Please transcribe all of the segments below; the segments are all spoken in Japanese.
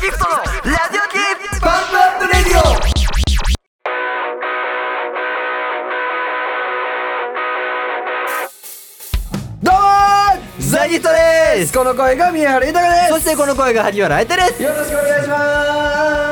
ギフトのラジオ系バンドアップレディオどうもーザギフトですこの声が宮原豊ですそしてこの声が萩原愛手ですよろしくお願いします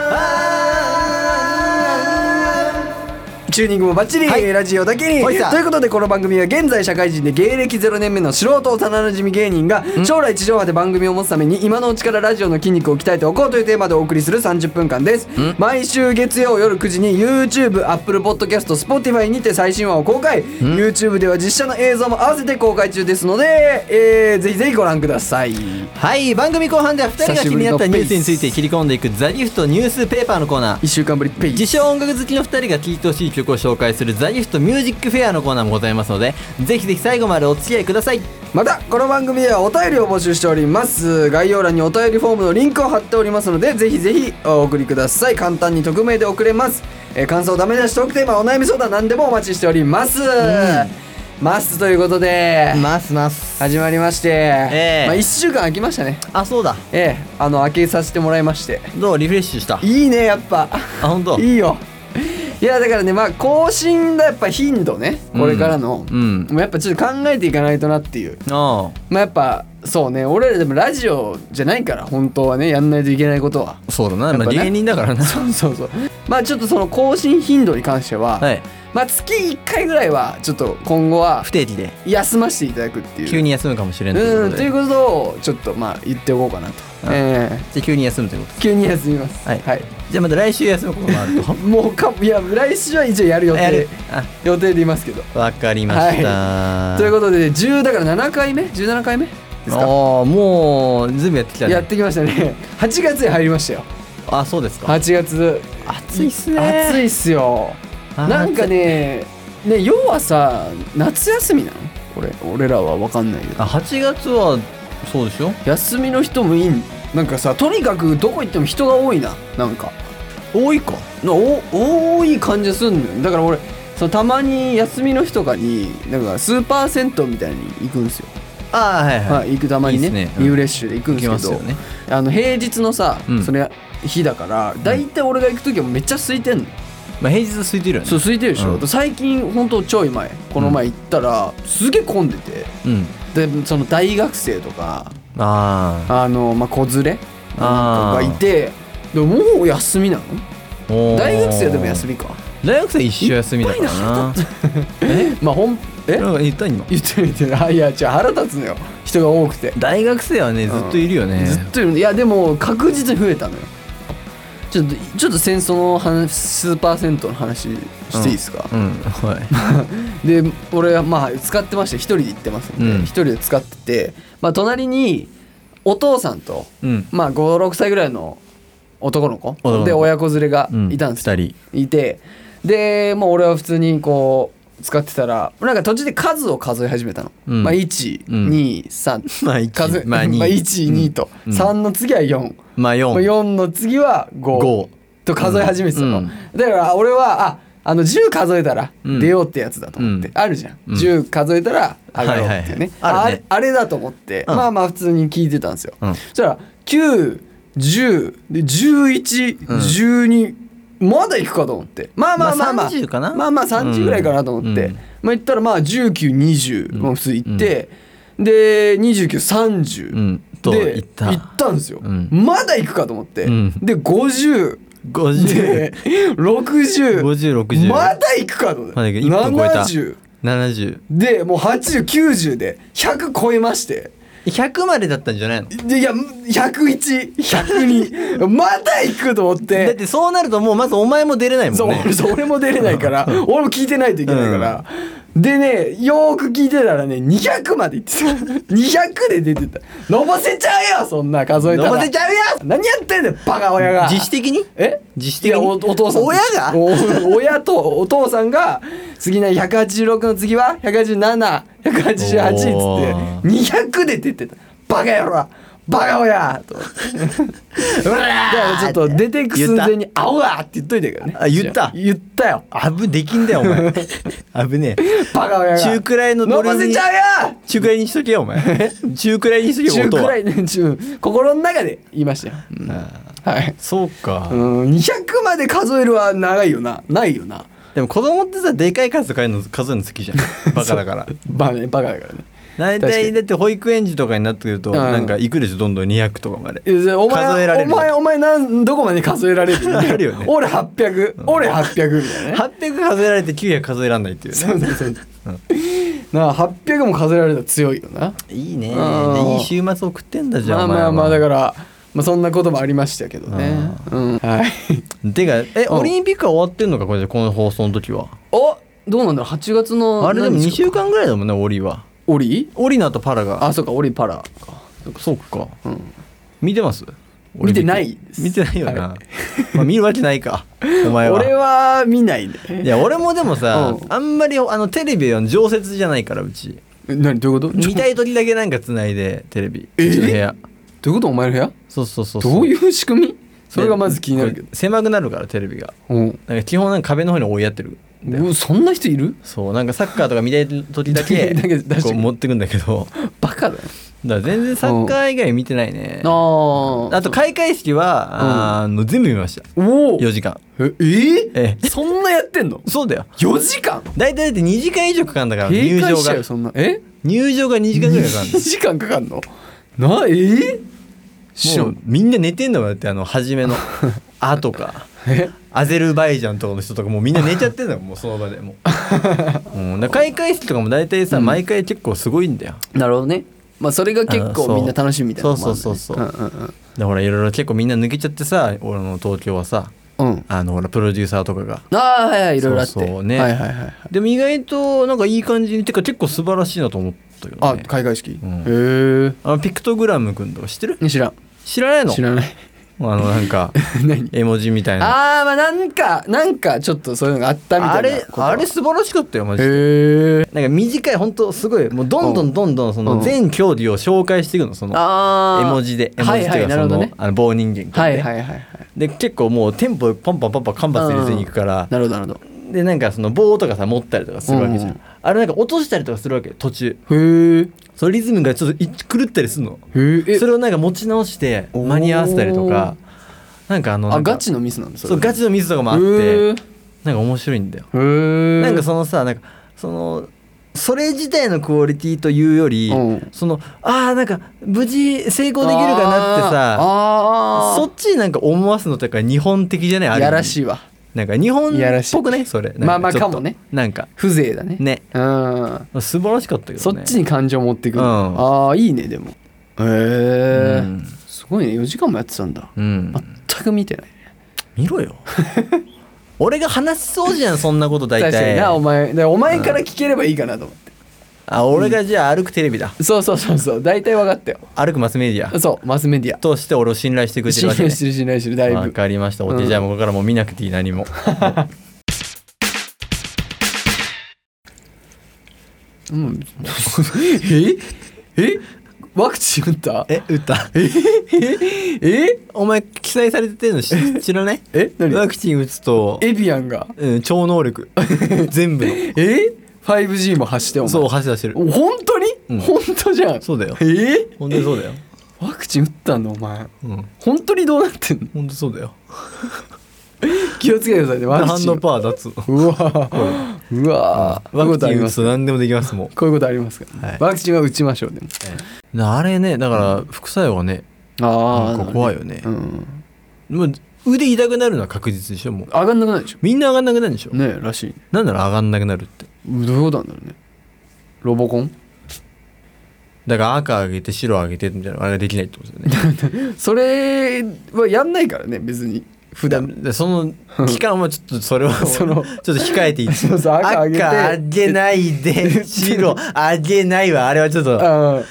チューニングもバッチリ、はいラジオだけにほいさということでこの番組は現在社会人で芸歴0年目の素人幼なじみ芸人が将来地上波で番組を持つために今のうちからラジオの筋肉を鍛えておこうというテーマでお送りする30分間です毎週月曜夜9時に YouTube、Apple Podcast、Spotify にて最新話を公開 YouTube では実写の映像も合わせて公開中ですので、えーぜひぜひご覧くださいはい番組後半では2人が気になったニュースについて切り込んでいくザギフトニュースペーパーのコーナー1週間ぶりペイ自称音楽好きの2人が聴いてほしい曲を紹介するザギフトミュージックフェアのコーナーもございますのでぜひぜひ最後までお付き合いくださいまたこの番組ではお便りを募集しております概要欄にお便りフォームのリンクを貼っておりますのでぜひぜひお送りください簡単に匿名で送れます、えー感想ダメ出しトークテーマお悩み相談何でもお待ちしております、ますということで、ますます始まりまして、えまあ、1週間空きましたねあそうだええあの空けさせてもらいましてどうリフレッシュしたいいねやっぱあ本当。いいよいやだからねまあ更新がやっぱ頻度ねこれからの、うんもうやっぱちょっと考えていかないとなっていうあまあやっぱそうね俺らでもラジオじゃないから本当はねやんないといけないことは あそうだな、っぱまあ、ね芸人だからなそうそうそうまあちょっとその更新頻度に関しては、はいまあ月1回ぐらいはちょっと今後は不定期で休ませていただくっていう急に休むかもしれないといううんことといでうことをちょっとまあ言っておこうかなと、はいええじゃあ急に休むということ急に休みますはいじゃあまた来週休むこともあるともうかいや来週は一応や る予あやる定予定でいますけどあわかりました、ということで10だから7回目17回目ですかああもうずいぶんやってきたやっねてきましたね8月 に入りましたよあそうですか8月暑いっすね暑いっすよあーなんかねね要はさ夏休みなのこれ俺らは分かんないけどあ8月はそうでしょ休みの人もいいんなんかさとにかくどこ行っても人が多いななんか多いかなお多い感じすんのよだから俺そのたまに休みの日とかになんかスーパー銭湯みたいに行くんですよ、ああはいはい、はい、行くたまにねいいっすねうんリフレッシュで行くん行できますすけよどねあの平日のさ、うんそれ日だから大体俺が行く時はめっちゃ空いてんのまあ、平日空いてるよねそう空いてるでしょ、うん最近ほんとちょい前この前行ったら、すげえ混んでてうんでその大学生とかああの、まあ、子連れあがーいてでももう休みなのあおー大学生でも休みか大学生一生休みだからな まあ本えなんか言った今言ってる言ってる あいや違う腹立つのよ人が多くて、大学生はねずっといるよね、ずっといるいやでも確実に増えたのよちょっとちょっと戦争の話スーパー銭湯の話していいですか、うんはいで俺はまあ使ってました一人で行ってますんでうん一、人で使ってて、まあ、隣にお父さんと、うんまあ、56歳ぐらいの男の子男の子で親子連れがうんいたんですよ、二人いてで、まあ、俺は普通にこう使ってたらなんか途中で数を数え始めたの、うんまあうん123、 まあ一数えまあ二まあ、12と、うん3の次は4、まあ4まあ、4の次は五5と数え始めてたの、うんだから俺はああの10数えたらうん出ようってやつだと思って、うんあるじゃん、うん10数えたら上がろうっていうね,、はいはいはいあるれねあれだと思って、うんまあまあ普通に聞いてたんですよ、うんそしたら910でうん1112、まだ行くかと思ってまあまあまあままああ30かなまあまあ30ぐらいかなと思って、うんまあ言ったらまあ1920も普通行って、で2930、うんとで言った行ったんですよ、うんまだ行くかと思って、うんで50 50で60 5060まだ行くかと思って、まだ行く一本超えた70 70でもう8090で100超えまして100までだったんじゃないのでいや101102まだ行くと思っだっててそうなるともうまずお前も出れないもそんうね俺そう俺も出れないから俺も聞いてないといけないから、でねよーく聞いてたらね200まで行ってた200で出てたのぼせちゃうよそんな数えたらのぼせちゃうよ何やってんだよバカ親が自主的にえ自主的にいやおお父さん親がお親とお父さんが次の186の次は187188っつおーって200で出てたバカ野郎バカ親と 思ってうわだからちょっと出てく寸前に「あおわ!」って言っといてからねあ言った言ったよあぶできんだよお前 危ねえバカ親が中くらいののドぼルせにちゃうよ中くらいにしとけよお前中くらいにしとけよ中音くはらいの中心心の中で言いましたよ、うんあーはいそうか、うん200まで数えるは長いよなないよなでも子供ってさでかい数とかの数えるの好きじゃん バカだからバカねバカだからね大確か体にだって保育園児とかになってくるとうんなんか行くでしょどんどん200とかまでいやお前数えられるお前お前なんどこまで数えられるあるよね俺800、俺800みたいなね800数えられて900数えらんないっていうねそうそうそうなあ800も数えられたら強いよないいねあーいい週末送ってんだじゃまあんお前まあはまあだから、まあ、そんなこともありましたけどねうんはいてかえうんオリンピックは終わってんのかこれでこの放送の時は おどうなんだろう8月のあれでも何日2か週間ぐらいだもんねオリはオリオリの後パラがあそうかオリパラかそうかうん見てます見てないです見てないよな、は まあ見るわけな いかお前は俺は見ないねいや俺もでもさうんあんまりあのテレビは常設じゃないからうちえ何どういうこと見たいい時だけなんかつないでテレビえうちの部屋どういうことお前の部屋そうそうそうどういうう仕組みそれがまず気になるけどでこれ狭くなるからテレビがうんなんか基本なんか壁の方に追いやってるんだようわそんな人いるそうなんかサッカーとか見たい時だ けだけ出してくるこう持ってくんだけどバカだよだから全然サッカー以外見てないねああと開会式は、あの全部見ましたおお4時間ええええそんなやってんのそうだよ4時間大体だって2時間以上かかるんだから入閉場会しちゃうがよそんなえ入場が2時間ぐらいかかるんだ2時間かかんのなえー、知らもうんみんな寝てんだもんだってあの初 めの「あ」とかえアゼルバイジャンとかの人とかもうみんな寝ちゃって んだもんもうその場でもう、うん、だから開会式とかも大体さ、うん毎回結構すごいんだよなるほどねまあそれが結あそう構みんな楽しみみたいなのもあるんだそうねそううそうんうんうんだからほらいろいろ結構みんな抜けちゃってさ俺の東京はさうんあのほらプロデューサーとかがああはいはいいろいろあってそうそうねはいはいはいはいでも意外となんかいい感じにてか結構素晴らしいなと思ったけどあね開会式、んへあのピクトグラムくんとか知ってるえ知らん知らないの知らないあのなんか何絵文字みたいなあああまあなんかなんかちょっとそういうのがあったみたいなれことはあれ素晴らしかったよマジへでえなんか短い本当すごいもうどんどんどんどんそうのん全競技を紹介していくのその絵あー文字で絵文は字いとはいいうかなそるほの,、どねあの棒人間とかはねいはいはいはいで結構もうテンポパンパンパンパンカンバス入れていくからなるほどなるほでなんかその棒とかさ持ったりとかするわけじゃん、うんあれなんか落としたりとかするわけ途中どへえそのリズムがちょっとい狂ったりするのへえそれをなんか持ち直しておー間に合わせたりとかなんかあのなあんかガチのミスなんですそうガチのミスとかもあってへなんか面白いんだよえなんかそのさなんかそのそれ自体のクオリティというより、うんそのあーなんか無事成功できるかなってさあーあそーっちになんか思わすのとか日本的じゃないある意や味らしいわなんか日本いやらっしいぽくねそれなんまあまあちょっとかもねなんか風情だねねうん素晴らしかったけどねそっちに感情を持ってくる、うんああいいねでもへえ、うんすごいね4時間もやってたんだうん全く見てない見 ろよ俺が話しそうじゃんそんなこと大確かに体なお前でお前から聞ければいいかなと思って、あ俺がじゃあ歩くテレビだそうそうそうそう大体分かったよ歩くマスメディアそうマスメディアとして俺を信頼してくれて信るわけ頼ねしてる信頼してるだいぶわかりましたお手うんじゃあもうここからもう見なくていい何もうん、ええワクチン打った え歌 えええお前記載されてる の知知らないえ何ワクチン打つと、エビアンがうん、超能力 全部のえ 5G も走ってお前そう走らしてるお本当に、うん本当じゃんそうだよえほんとにそうだよワクチン打ったんだお前うん本当にどうなってんのほんとそうだよ気をつけてくださいねワハクンチドンパー脱うわうわこうワいうこクとあチりン打まつすと何でもできますもんこういうことありますから、はいワクチンは打ちましょうでもあれねだから副作用はねあなんか怖いよねう、ん、もう腕痛くなるのは確実でしょもう上がんなくないでしみんな上がんなくなるでしょょねえらしいなんなら上がんなくなるってどういうことなんだろうねロボコンだから赤上げて白上げてみたいなのあれができないってことだよねそれはやんないからね別に普段でその期間はちょっとそれを その ちょっと控えていいそうそう赤上げて赤上げないで白上げないはあれはちょっとあー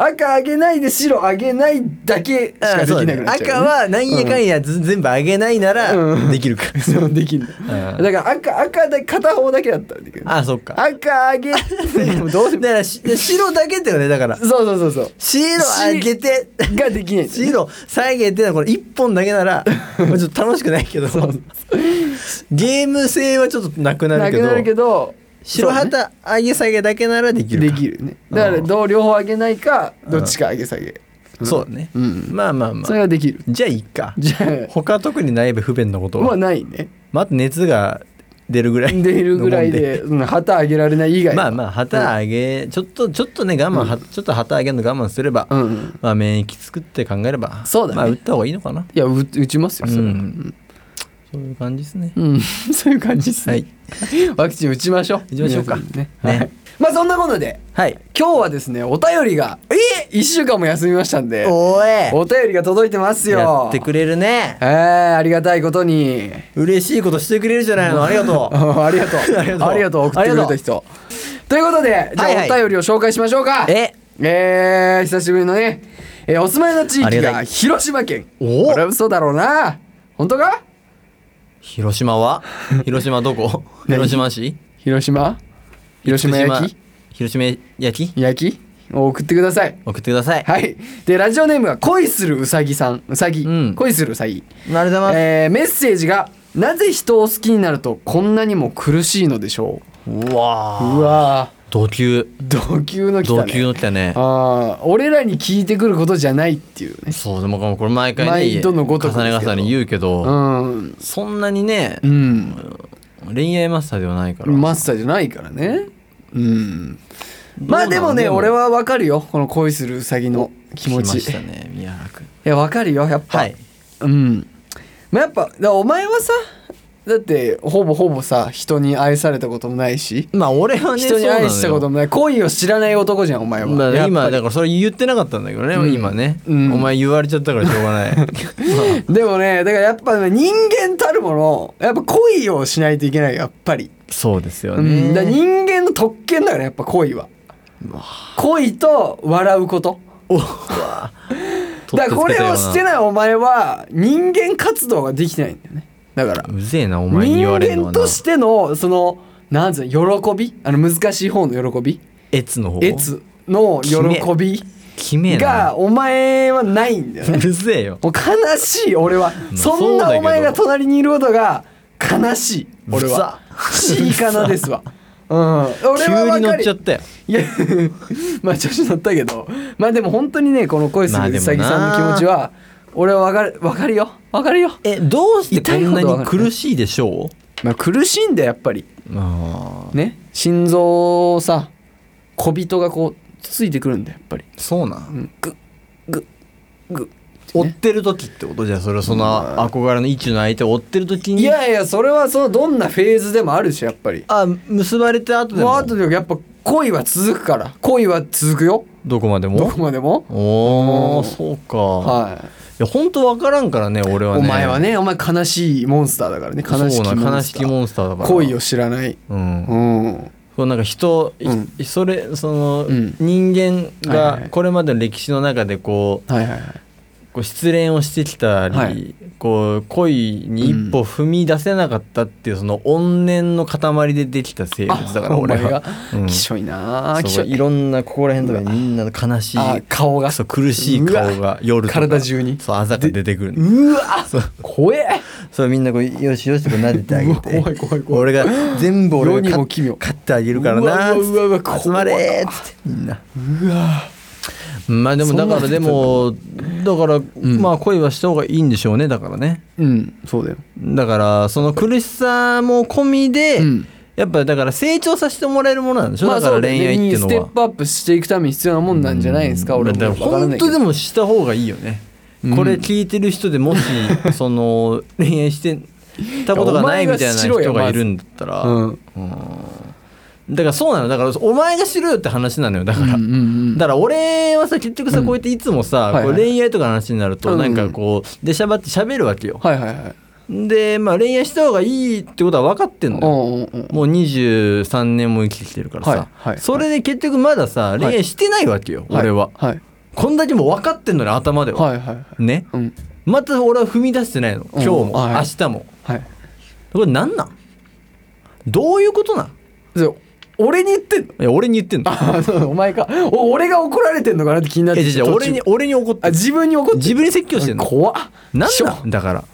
赤あげないで白あげないだけしかあできそうなだくねなっちゃう、ね、赤はなんやかんやず全部上げないなうらんできるかそうできんのだんから赤赤で片方だけだったらできるあそっか赤あげ でもどうでだもからし白だけだよねだからそうそうそうそう白上げてができないん だよね白下げてのこれ1本だけならまあちょっと楽しくないけどゲーム性はちょっとなくななるけくどなるけど白そうね旗上げ下げだけならできるでかきるねだからどう両方あげないかどっちかあげ下げそうだね、うんまあまあまそれあができるじゃあいいかじゃ他特にないべ不便なことあは、まあないねまあ、あと熱が出るぐらい出るぐらいで、うん、旗あげられない以外はまあまあ旗上げ、ちょっとちょっとね我慢、はちょっと旗上げるの我慢すれば、うんうんまあ免疫作って考えればそうだねまあ打った方がいいのかないやう打ちますよそれはうんそういう感じですね、うん、 そういう感じですね、はいワクチン打ちましょう打ちましょうか皆さんねはねい、まあそんなことではい今日はですねお便りがえ1週間も休みましたんでおえお便りが届いてますよやってくれるねえー、ありがたいことに嬉しいことしてくれるじゃないのありがと うありがとう ありがとうありがとう送ってくれた人ということでじゃあ、はいはいお便りを紹介しましょうかええー、久しぶりのね、えーお住まいの地あ域りががたい広島県おこれは嘘だろうな本当か広島は広島どこ何広島市広島広島焼き広島焼き焼きを送ってください送ってください、はいでラジオネームが恋するうさぎさんうさぎ、うん恋するうさぎ、ありがとうございえーメッセージがなぜ人を好きになるとこんなにも苦しいのでしょますうわうーうわ同級ー同級の来た同ね級の来たねあー俺らに聞いてくることじゃないっていうねそうでもこれ毎回ね毎度のごとくです重けねど重ね言うけど、うんそんなにねうん恋愛マスターではないから、マスターじゃないからねうんまあでもねどうなの俺はわかるよこの恋するうさぎの気持来まち、したね宮原君いやわかるよやっぱ、はいうんまあやっぱだからお前はさだってほぼほぼさ人に愛されたこともないしまあ俺はね人に愛したことももない恋を知らない男じゃんお前は、まあ、やっぱ今だからそれ言ってなかったんだけどね、うん今ね、うんお前言われちゃったからしょうがないまあでもねだからやっぱね人間たるものやっぱ恋をしないといけないよやっぱり、そうですようね、ん、だから人間の特権だからやっぱ恋は恋と笑うことおうだわからこれをしていないお前は人間活動ができてないんだよねだからうぜえなお前に人言われるのは間なとしてのそのなんつうの喜びあの難しい方の喜びエツの方えつの喜びきめえながお前はないんだようねるせえよもう悲しい俺はそんそうなだけどお前が隣にいることが悲しい俺うざはしいかなです わうん俺急はに分乗かっりちゃったよいや まあ調子乗ったけどまあでも本当にねこの恋すまあるでうもさなぎさんの気持ちは俺は分かる分かるよ分かるよえどうしてこん痛いほなどわにかる苦しいでしょまあ苦しいんだよやっぱりうまあね心臓をさ小人がこうつついてくるんだよやっぱりそうなんぐ追ってる時ってことじゃんそれはその憧れの位置の相手を追ってる時にいやいやそれはそのどんなフェーズでもあるでしょやっぱりあ結ばれた後でもうもあとでやっぱ恋は続くから恋は続くよどこまでどもこまでもおうおんそうか、、はいや本当わからんからね俺いはねお前はねお前悲しいモンスターだからね悲しきモンそうスタなー悲しきモンスターだから恋を知らないうんうんこうなんか人、いうんそれその、うん人間はいはいはがいこれまでの歴史の中でこうはいはいはいこう失恋をしてきたり、はいこう恋に一歩踏み出せなかったっていうその怨念の塊でできた生物だからお俺前がは。うんきしょいなあきしそょういいろんなここら辺とかにみんなの悲しいあ顔がそう苦しい顔うが夜とか体中にそうあざが出てくるのうわ怖えそうみんなこうよしよしとか撫でてあげて うわ怖い怖い怖い俺が全部俺世がにも勝奇妙勝ってあげるからなうわうわうわうわ集まれーっつってみんなうわまあでもだからそんなでもだから、まあ恋はした方がいいんでしょうねだからねうんそうだよだからその苦しさも込みで、うんやっぱだから成長させてもらえるものなんでしょ、まあだかそうらだよね恋愛っていうのステッはプアップしていくために必要なもんなんじゃないですか、俺もだよからくわからな本いけど当でもした方がいいよね、これ聞いてる人でもしその恋愛してたことがないみたいな人がいるんだったら、 うんだからそうなのだからお前がしろよって話なのよだから、うんうんうんだから俺はさ結局さこうやっていつもはさ、いはいこう恋愛とかの話になるとうんうなんんかこう出しゃばって喋るわけよ、はいはいはいでまあ恋愛した方がいいってことは分かってんのうよんうんうんもう23年も生きてきてるからさ、はいはいそれで結局まださ恋愛してないわけよ、俺は、はいこんだけもう分かってんのに頭では、はいはいはいねうんまた俺は踏み出してないの今日もうんはい明日もはいこれ何なんどういうことなんそう俺に言ってんのいや俺に言ってんのあそうお前かお俺が怒られてんのかなって気になっえてじゃじゃ途中俺に俺に怒ってある自分に怒って自分に説教してんの怖っ何しょなんだから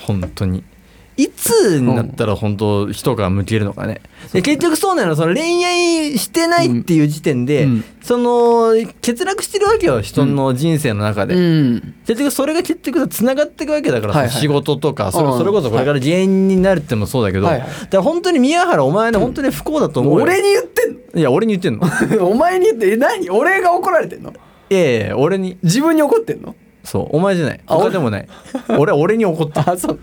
本当にいつになったら本当人が向けるのかね、で結局そうなのその恋愛してないっていう時点で、うんうんその欠落してるわけよ人の人生の中で、うん結局それが結局つながっていくわけだから、はいはいその仕事とかそうんれそれこそこれから芸人になるってもそうだけど、はいはいだから本当に宮原お前ね本当に不幸だと思うよ、俺に言ってんいや俺に言って んののお前に言ってえ何俺が怒られてんのいやいや俺に自分に怒ってんのそうお前じゃないあ他でもない俺俺に怒った あそう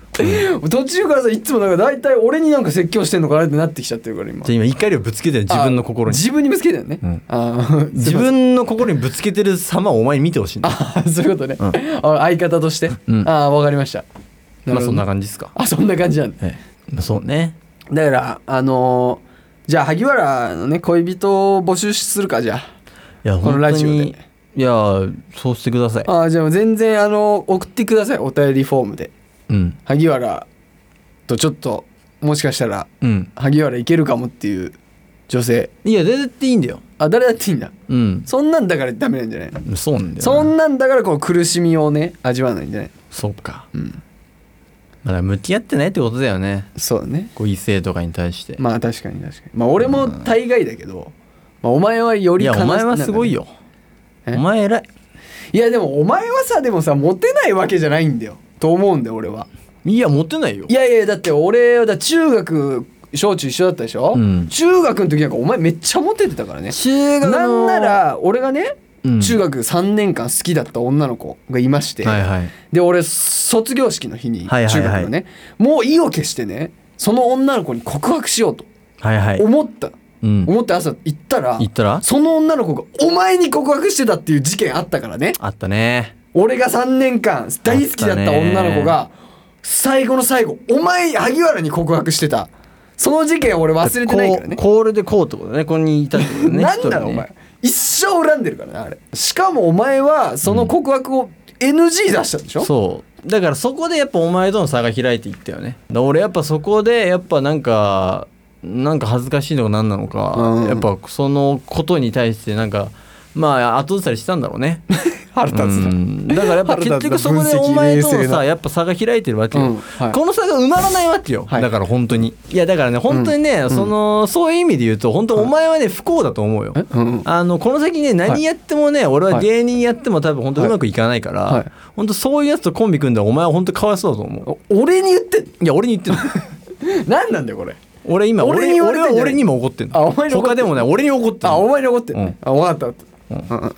途中からさいつもなんか大体俺になんか説教してんのかなってなってきちゃってるから今じゃあ今怒りをぶつけてる自分の心あに自分にぶつけてるね、うんあー自分の心にぶつけてる様をお前に見てほしいんだあーそういうことね、うんあ相方として、うんああわかりましたまあそんな感じ感じですかあそんな感じなんだええまあそうねだからあのーじゃあ萩原のね恋人を募集するかじゃいこやの本当ラジオでにいやそうしてくださいああーじゃあ全然あの送ってくださいお便りフォームでうん萩原とちょっともしかしたらうん萩原いけるかもっていう女性いや全然いいんだよあ誰だっていいんだうんそんなんだからダメなんじゃないのそうなんだよそなんなんだからこの苦しみをね味わわないんじゃないそうかうんまだ向き合ってないってことだよねそうだねこう異性とかに対してまあ確かに確かにまあ俺も大概だけど、まあ、お前はよいりや悲しお前はすごいよえお前偉いいやでもお前はさでもさモテないわけじゃないんだよと思うんだよ俺はいやモテないよいやいやだって俺はだ中学小中一緒だったでしょ、うん中学の時なんかお前めっちゃモテてたからね中学のなんなら俺がね、うん中学3年間好きだった女の子がいまして、はいはいで俺卒業式の日にはい中はい学はいのね、もう意を決してねその女の子に告白しようとはいはい思った、うん思って朝行ったら言ったらその女の子がお前に告白してたっていう事件あったからねあったね俺が3年間大好きだった女の子が最後の最後お前萩原に告白してたその事件俺忘れてないからねこうこれでこうってことだねここにいたってこと ねなん一人だねろうお前一生恨んでるからねあれしかもお前はその告白を NG 出したんでしょ、そうだからそこでやっぱお前との差が開いていったよねだから俺やっぱそこでやっぱなんかなんか恥ずかしいのか何なのか、うんやっぱそのことに対してなんかまあ後ずさりしたんだろうね腹立つなうんだからやっぱ結局そこでお前とのさやっぱ差が開いてるわけよ、うんはいこの差が埋まらないわけよ、はいだから本当にいやだからね本当にね、そのそういう意味で言うと本当お前はね不幸だと思うよ、えうんあのこの先ね何やってもね、俺は芸人やっても多分本当うまくいかないから、はい本当そういうやつとコンビ組んだらお前は本当かわいそうだと思うお俺に言ってんいや俺に言ってん の何なんだよこれ俺今俺に言われ俺てんじゃないは俺にも怒ってんのあお前に怒ってんの他でもね俺に怒ってんあのお前に怒ってるね、あ分かった分かった、うんうん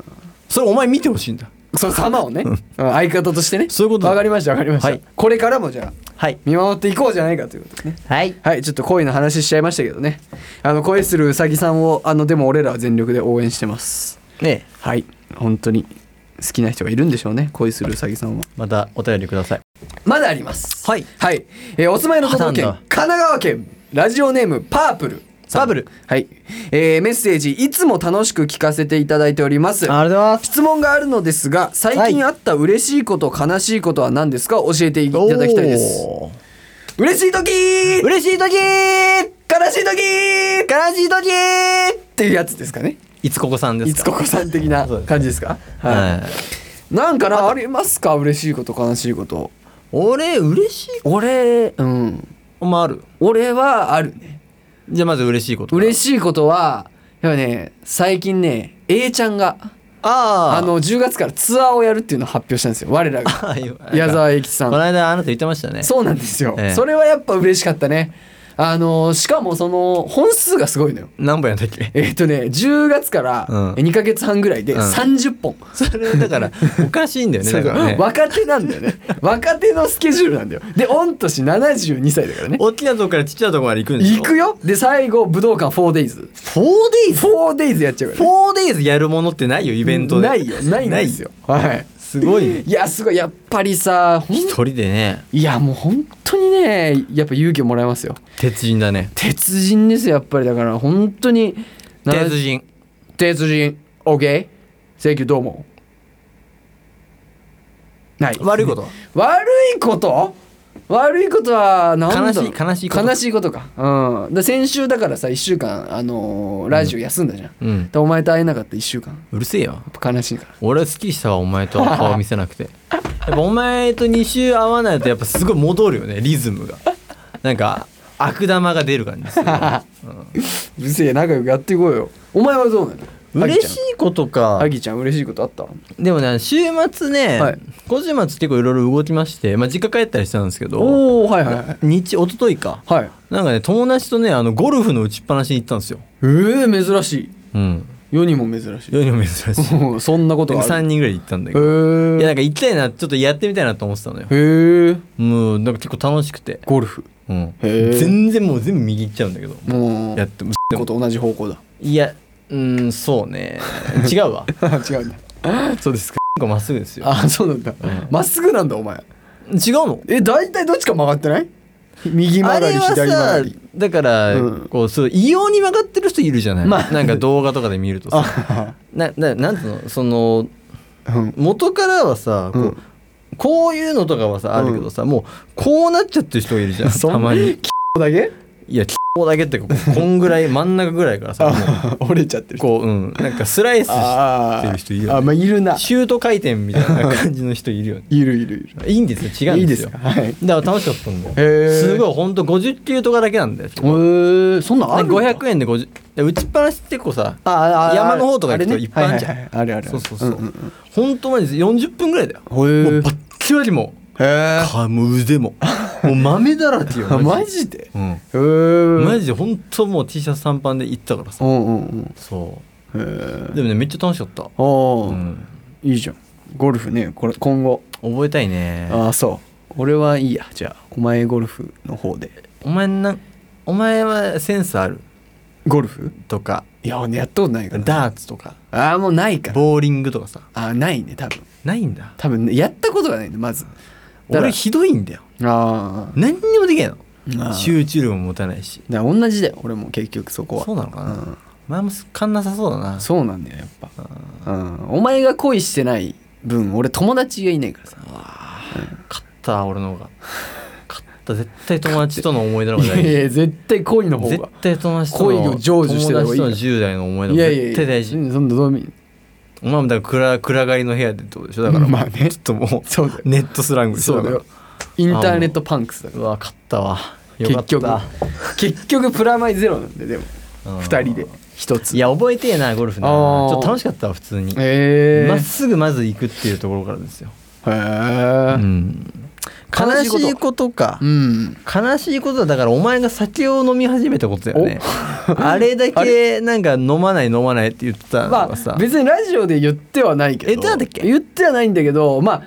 それお前見てほしいんだその様をね、うん相方としてねそういうことだ分かりました分かりました、はいこれからもじゃあはい見守っていこうじゃないかということですねはいはいちょっと恋の話しちゃいましたけどねあの恋するうさぎさんをあのでも俺らは全力で応援してますねえはい本当に好きな人がいるんでしょうね恋するうさぎさんはまたお便りくださいまだありますはいはい、えーお住まいの都道府県あ神なん奈だ川県ラジオネームパープルさんパープルはい、えーメッセージいつも楽しく聞かせていただいておりますりがとうございま質問があるのですが最近あった嬉しいこと悲しいことは何ですか教えていたいただだききたたいいでですす嬉しい時悲嬉しい時しい時悲しい時っていうやつですかねいつここさんでいすつかここさん的なそうです感じですかはいは、いなんかなありますか嬉しいこと悲しいこと俺嬉しい俺うんこともある俺はあるねじゃあまず嬉しいこと嬉しいしいことはやっぱね最近ね A ちゃんがあああ の10月からツアーをやるっていうのを発表したんですよ我らが矢沢永吉さんこの間あなた言ってましたねそうなんですよ、ええそれはやっぱ嬉しかったねあのーしかもその本数がすごいのよ何本やったっけ えっ、とね10月からうん2ヶ月半ぐらいでうん30本、それだからおかしいんだよねそうだからね若手なんだ よね若手のスケジュールなんだよで御年72歳だからね大きなとこからちっちゃなとこまで行くんでしょ行くよで最後武道館 4days 4days 4days やっちゃうからね 4days やるものってないよイベントでないよないんですよはいすごいねいやすごいやっぱりさほん一人でねいやもう本当にねやっぱ勇気をもらえますよ鉄人だね鉄人ですよやっぱりだから本当に鉄人鉄人 OK? Thank you どうもない悪いことは悪いこと悪いことは何だろう悲しい悲しいこと悲しいことかうんだ先週だからさ1週間あのーラジオ休んだじゃん、うんでお前と会えなかった1週間うるせえよやっぱ悲しいから俺は好きしたわお前と顔見せなくてやっぱお前と2週会わないとやっぱすごい戻るよねリズムがなんか悪玉が出る感じですようるせえ仲良くやっていこうよお前はどうなの 嬉しいことかあぎちゃん嬉しいことあったでもね週末ね、はい今週末結構いろいろ動きまして、まあ、実家帰ったりしたんですけどおおはいはいはい日一昨日かはいなんかね友達とねあのゴルフの打ちっぱなしに行ったんですよえー、珍しいうん世にも珍しい世にも珍 しい そんなことがあ3る人ぐらいで行ったんだへけどいやーなんか行きたいなちょっとやってみたいなと思ってたのよへえもうなんか結構楽しくて、ゴルフうん、へえ全然もう全部右行っちゃうんだけどもうやってもこと同じ方向だいやうんそうね 違うわ違うんだ そうですかなんかまっすぐですよあそうなんだまっすぐなんだお前違うのえ大体どっちか曲がってない右あ曲がれりは左曲がさ りだから、うんこうそう異様に曲がってる人いるじゃない、まあなんか動画とかで見るとさあなななんつうのそのうん元からはさこう,、うんこういうのとかはさあるけどさ、もうこうなっちゃってる人がいるじゃんそんたまにだけいやここだけってこうこんぐらい真ん中ぐらいからさもう あ折れちゃってるこううんなんかスライスしてあてる人いるよねあまあいるなシュート回転みたいな感じの人いるよねいるいるいるいいんですよ違いうんいでですすよかはいだから楽しかったんだよへえすいごいほんと50球とかだけなんだよへえそんなんあるんだ500円で50で打ちっぱなしってこうさあああ山の方とか行くとあれねいっぱいあんじゃんはははいあるあるあるそうそうそうんんんほんとマジで40分ぐらいだよへーもうバッキバキもへえうかもう 腕ももう豆だらけよあ マでジでうんへえマジでほんともう T シャツ短パンで行ったからうさんうんうんへそえうでもねめっちゃ楽しかったああ、うんいいじゃんゴルフねこれ今後覚えたいねああそう俺はいいやじゃあお前ゴルフの方でお前なんお前はセンスあるゴルフとかいや俺やったことないからダーツとかああもうないからボーリングとかさああないね多分ないんだ多分ねやったことがないねまずだから俺ひどいんだよああ何にもできないあーの集中力も持たないしだから同じだよ俺も結局そこはそうなのかな、うん前もすっかんなさそうだなそうなんだよやっぱ、うん、お前が恋してない分俺友達がいないからさ勝った俺の方が勝った絶対友達との思い出の方が大い事やいや絶対恋の方絶が対友達との恋を成就してた方友がいいか達とらの10代の思い出いのや方がいやいや絶対大事うんそんなどう見お前もだから暗暗がりの部屋でってことでしょだからまあねちょっとも そうだようネットスラングでしょそうだよかインターネットパンクスだかららうわ勝ったわよか結っ局た結局プラマイゼロなんででもうん2人で1ついや覚えてえなゴルフなあちーょっと楽しかったわ普通にへまえっすぐまず行くっていうところからですよ、うへえん、悲し悲しいこといことかうん悲しいことはだからお前が酒を飲み始めたことだよねあれだあけなんか飲まない飲まないって言ってたのまがさ、あ別にラジオで言ってはないけど言ってなかったっけ言ってはないんだけどまあ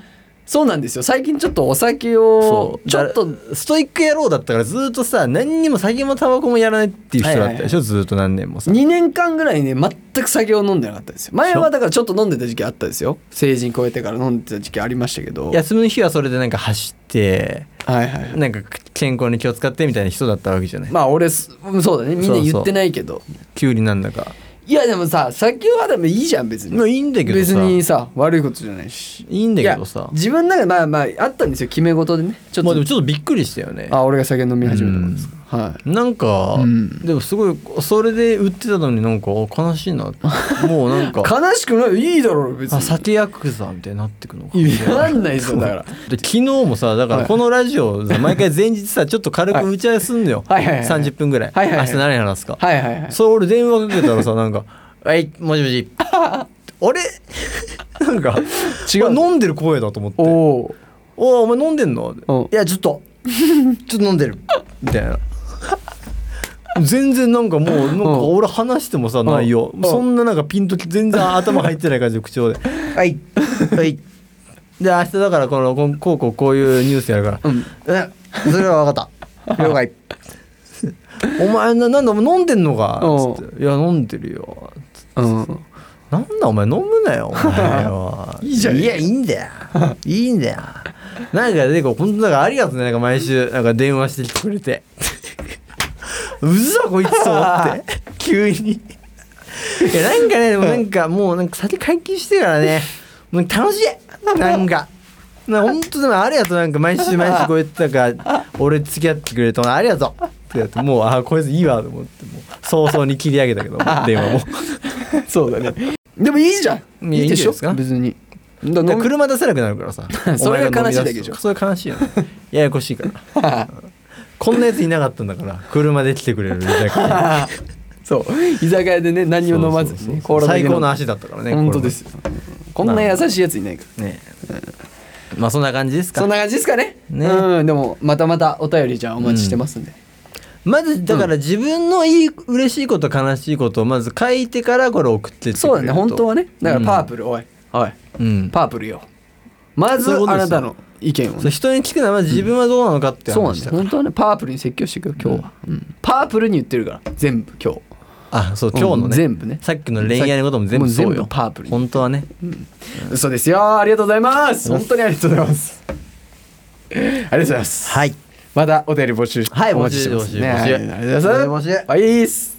そうなんですよ最近ちょっとお酒そをうちょっとだストイック野郎だったからずっとさ何にも酒もタバコもやらないっていう人だったでしょ、ずっと何年もさ2年間ぐらいね全く酒を飲んでなかったんですよ前はだからちょっと飲んでた時期あったんですよ成人超えてから飲んでた時期ありましたけど休みの日はそれでなんか走ってはいはいなんか健康に気を使ってみたいな人だったわけじゃない、まあ俺すそうだねみんなそうそう言ってないけどきゅうりなんだかいやでもさ酒はでもいいじゃん別にまあいいんだけど別さにさ悪いことじゃないしいいんだけどさいや自分の中でまあまああったんですよ決め事でねちょっまと,、あでもちょっとびっくりしたよねあ俺が酒飲み始めたことですか、はいなんか、うんでもすごいそれで売ってたのになんかあ悲しいな もうなんか悲しくないいいだろ別あに酒ヤクザみたいになってくのかいやなんないですよだからで昨日もさだかはらいこのラジ オさ毎回前日さちょっと軽く打ち合わせすんのよ、はいはいはいはい30分ぐらい、はいはいはい明日何話すか、はいはいはいそれ俺電話かけたらさなんか「はいもしもし」 俺なんか違う俺飲んでる声だと思っておおおお前飲んでんの?」うんいやちょ っとちょっと飲んでる」みたいな全然なんかもうなんか俺話してもさ内容うんそんななんかピンとき全然頭入ってない感じの口調で「はいはい」で明日だからこのこんこうこうこういうニュースやるから「んえそれは分かった 了解」お前ななんだお前飲んでんのか」つって「いや飲んでるよ」つってうんなんだお前飲むなよお前はいいじゃん いやいいんだよいいんだよなんかでこう本当だからありがとうねなんか毎週なんか電話してきてくれて うざこいつと思って 急にいやなんかねでもなんかもうなんか酒解禁してからねもう楽しいなんかな本当でもありがとうなんか毎 週毎週こうやってなんか俺付き合ってくれてありがとうってやってもうあこいついいわと思ってもう早々に切り上げたけ ど電話も。そうだねでもいいじゃんいやいいでいいんじゃないしょですか別にだだ飲からみ車出せなくなるからさそれが悲しいだけでしょ、お前が飲み出すとそれが悲しいよねややこしいからこんなやついなかったんだから車で来てく れる居酒屋 そう居酒屋でね何も飲まずにねそうそうそう最高のの足だったからね本当ですよこんな優しいやついないからこれねまあそんな感じですそかんな感じですかねねうんでもまたまたお便りじゃあお待ちしてますんで、まずだから自分のいい嬉しいこと悲しいことをまず書いてからこれ送ってってくれるとそうだね本当はねだからパープル、おいおいうんパープルよまずそういうことあですなよたの意見をねそう人に聞くのはまず自分はどうなのかってそうなん話だよだから、本当はねパープルに説教していくよ今日は、うんパープルに言ってるから全部今日あそう今日のね,、うん全部ねさっきの恋愛のことも全部もうそうよ全部パープルに本当はね嘘ですよありがとうございます本当にありがとうございますありがとうございますはいまたお便り募集しはいお待ちしてますね募集はい募集ありがとうございます募集はいいいっす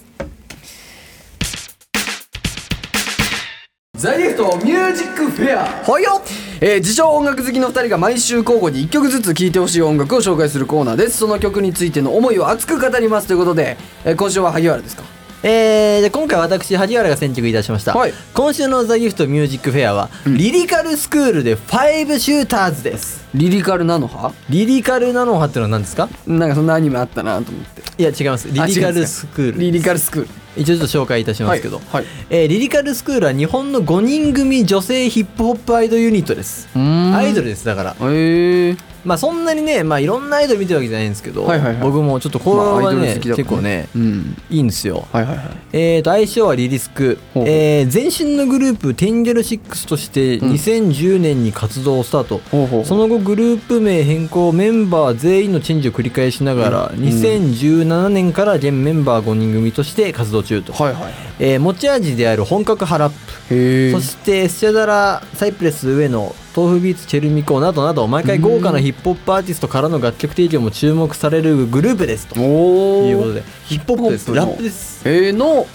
ザリフトミュージックフェアはいよ、えー自称音楽好きの2人が毎週交互に1曲ずつ聴いてほしい音楽を紹介するコーナーですその曲についての思いを熱く語りますということで、えー今週は萩原ですかえー、で今回私萩原が選曲いたしました、はい今週の「ザギフトミュージックフェアは、リリカルスクールで5シューターズですリリカルなのはリリカルなのはってのは何ですかなんかそんなアニメあったなと思っていや違いますリあリカ違うんでルすスかクールリリカルスクール一応ちょっと紹介いたしますけど、はいはいえーリリカルスクールは日本の5人組女性ヒップホップアイドルユニットですんアイドルですだからへえまあそんなにね、まあ、いろんなアイドル見てるわけじゃないんですけど、はいはいはい僕もちょっとこれはね、結構ね、うんいいんですよはいはいはいえー、と相性はリリスク、ほうえー前身のグループテンギャル6として2010年に活動をスタート、ほうほうその後グループ名変更メンバー全員のチェンジを繰り返しながら、2017年から現メンバー5人組として活動中と、はいはいえー持ち味である本格ハラップへえそしてスチャダラサイプレス上野豆腐ビーツチェルミコなどなど毎回豪華なヒップホップアーティストからの楽曲提供も注目されるグループですとおおいうことでヒップホップですヒップラホップのップですえー、の、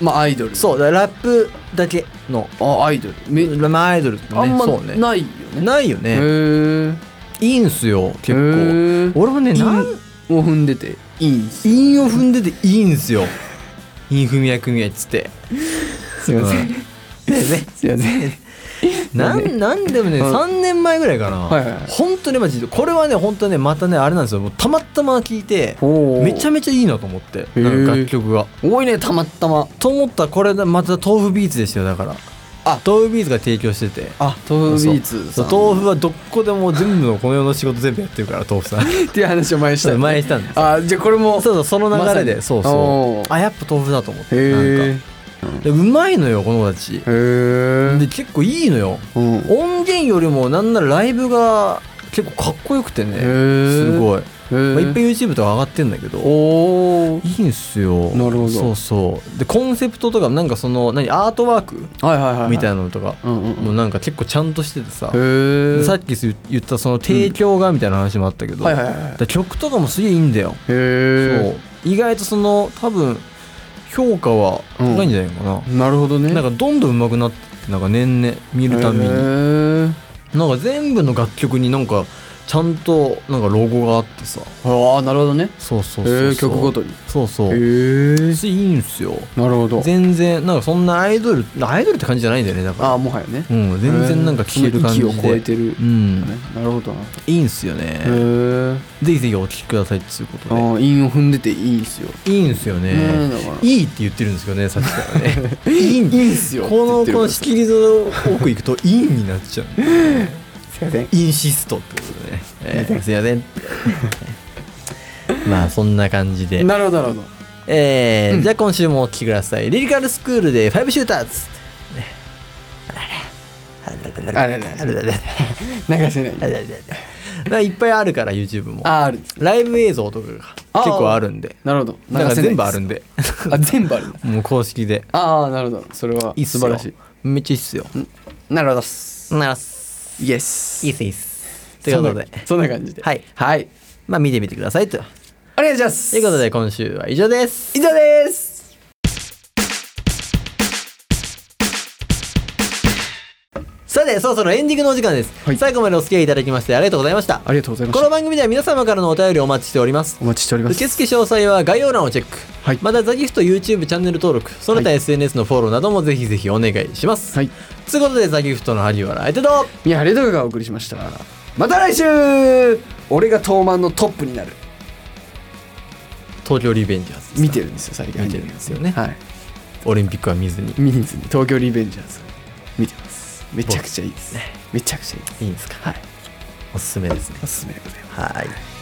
まあ、アイドルそうだからラップだけのあアイドルめまあアイドルってねあんまそうねないよねないよへねえいいんすよ結構結俺もね韻なんを踏んでていいんす韻を踏んでていいんすよ韻踏みや組みやっつってすいません、 すいませんなんなんでもねうん3年前ぐらいかなはいはいはい本当にマジでこれはね本当ねまたねあれなんですよもうたまたま聞いてほうめちゃめちゃいいなと思ってーなんか楽曲が多いねたまたまと思ったらこれまた豆腐ビーツですよだからあ豆腐ビーツが提供しててあ豆腐ビーツそさうんそう豆腐はどこでも全部のこの世の仕事全部やってるから豆腐 さんっていう話を前にしたよね前にしたんですあじゃあこれもそうそうその流れまさで、にそうおそうーあやっぱ豆腐だと思ってへなえんかでうまいのよこの子たへちでえ結構いいのようん音源よりもなんならライブが結構かっこよくてねーすごい、まあ、いっぺんん YouTube とか上がってんだけどおおいいんすよなるほどそうそうでコンセプトとかなんかその何アートワークはいはいはいみたいななのとかうんうんうんもうなんか結構ちゃんとしててさへでえさっき言ったその提供がみたいな話もあったけど、はいはいはいはいだから曲とかもすげえいいんだよ、へそう意外とその多分評価は高いんじゃないかな、えなるほどねなんかどんどん上手くなってってなんか年々見るたびに、へーなんか全部の楽曲になんかちゃんとなんかロゴがあってさああなるほどねそうそうそうそう、へえ曲ごとにそうそう、えいいんすよなるほど全然なんかそんなアイドルアイドルって感じじゃないんだよねだからああもはやねうん全然なんか聴ける感じでへーその域を超えてるうんなるほどなへいいんすよね、えぜひぜひお聴きくださいっていうことでああ韻を踏んでていいんすよいいんすよね、ねだからいいって言ってるんですよねさっきからねいいん いいんすよこのって言このって仕切りの奥行くと「イン」になっちゃうるんでからすいませんインシストってことでね、えー、すい ませんまあそんな感じで、なるほどなるほどえーじゃあ今週もお聴きください「リリカルスクールで5シューターズ」あれね流せないだからいっぱいあるから YouTube もああるんですライブ映像とかあーが結構あるんでなるほどだから流せない全部あるんであ全部あるんだもう公式でああなるほどそれはいいっす素よ晴らしいめっちゃいいっすよなるほどっすならすイエスいいっすいいっすということでそんなそんな感じでははいはいまあ見てみてくださいととお願いしますいうことで今週は以上です以上ですさてそろそろエンディングのお時間です、はい最後までお付き合いいただきましてありがとうございましたありがとうございまこしたの番組では皆様からのお便りをお待ちしておりますお待ちしております受付詳細は概要欄をチェック、はいまたザギフト YouTube チャンネル登録その他は SNS のフォローなどもぜひぜひお願いします、はいということでザギフトの萩原相手と宮原とがお送りしましたまた来週俺が東満のトップになる東京リベンジャーズですか見てるんですよ最近見てるんですよねはいオリンピックは見ずに見に東京リベンジャーズ見てますめちゃくちゃいいですねめちゃくちゃいいですいいんですはかいおすすめですねおすすめでございますはい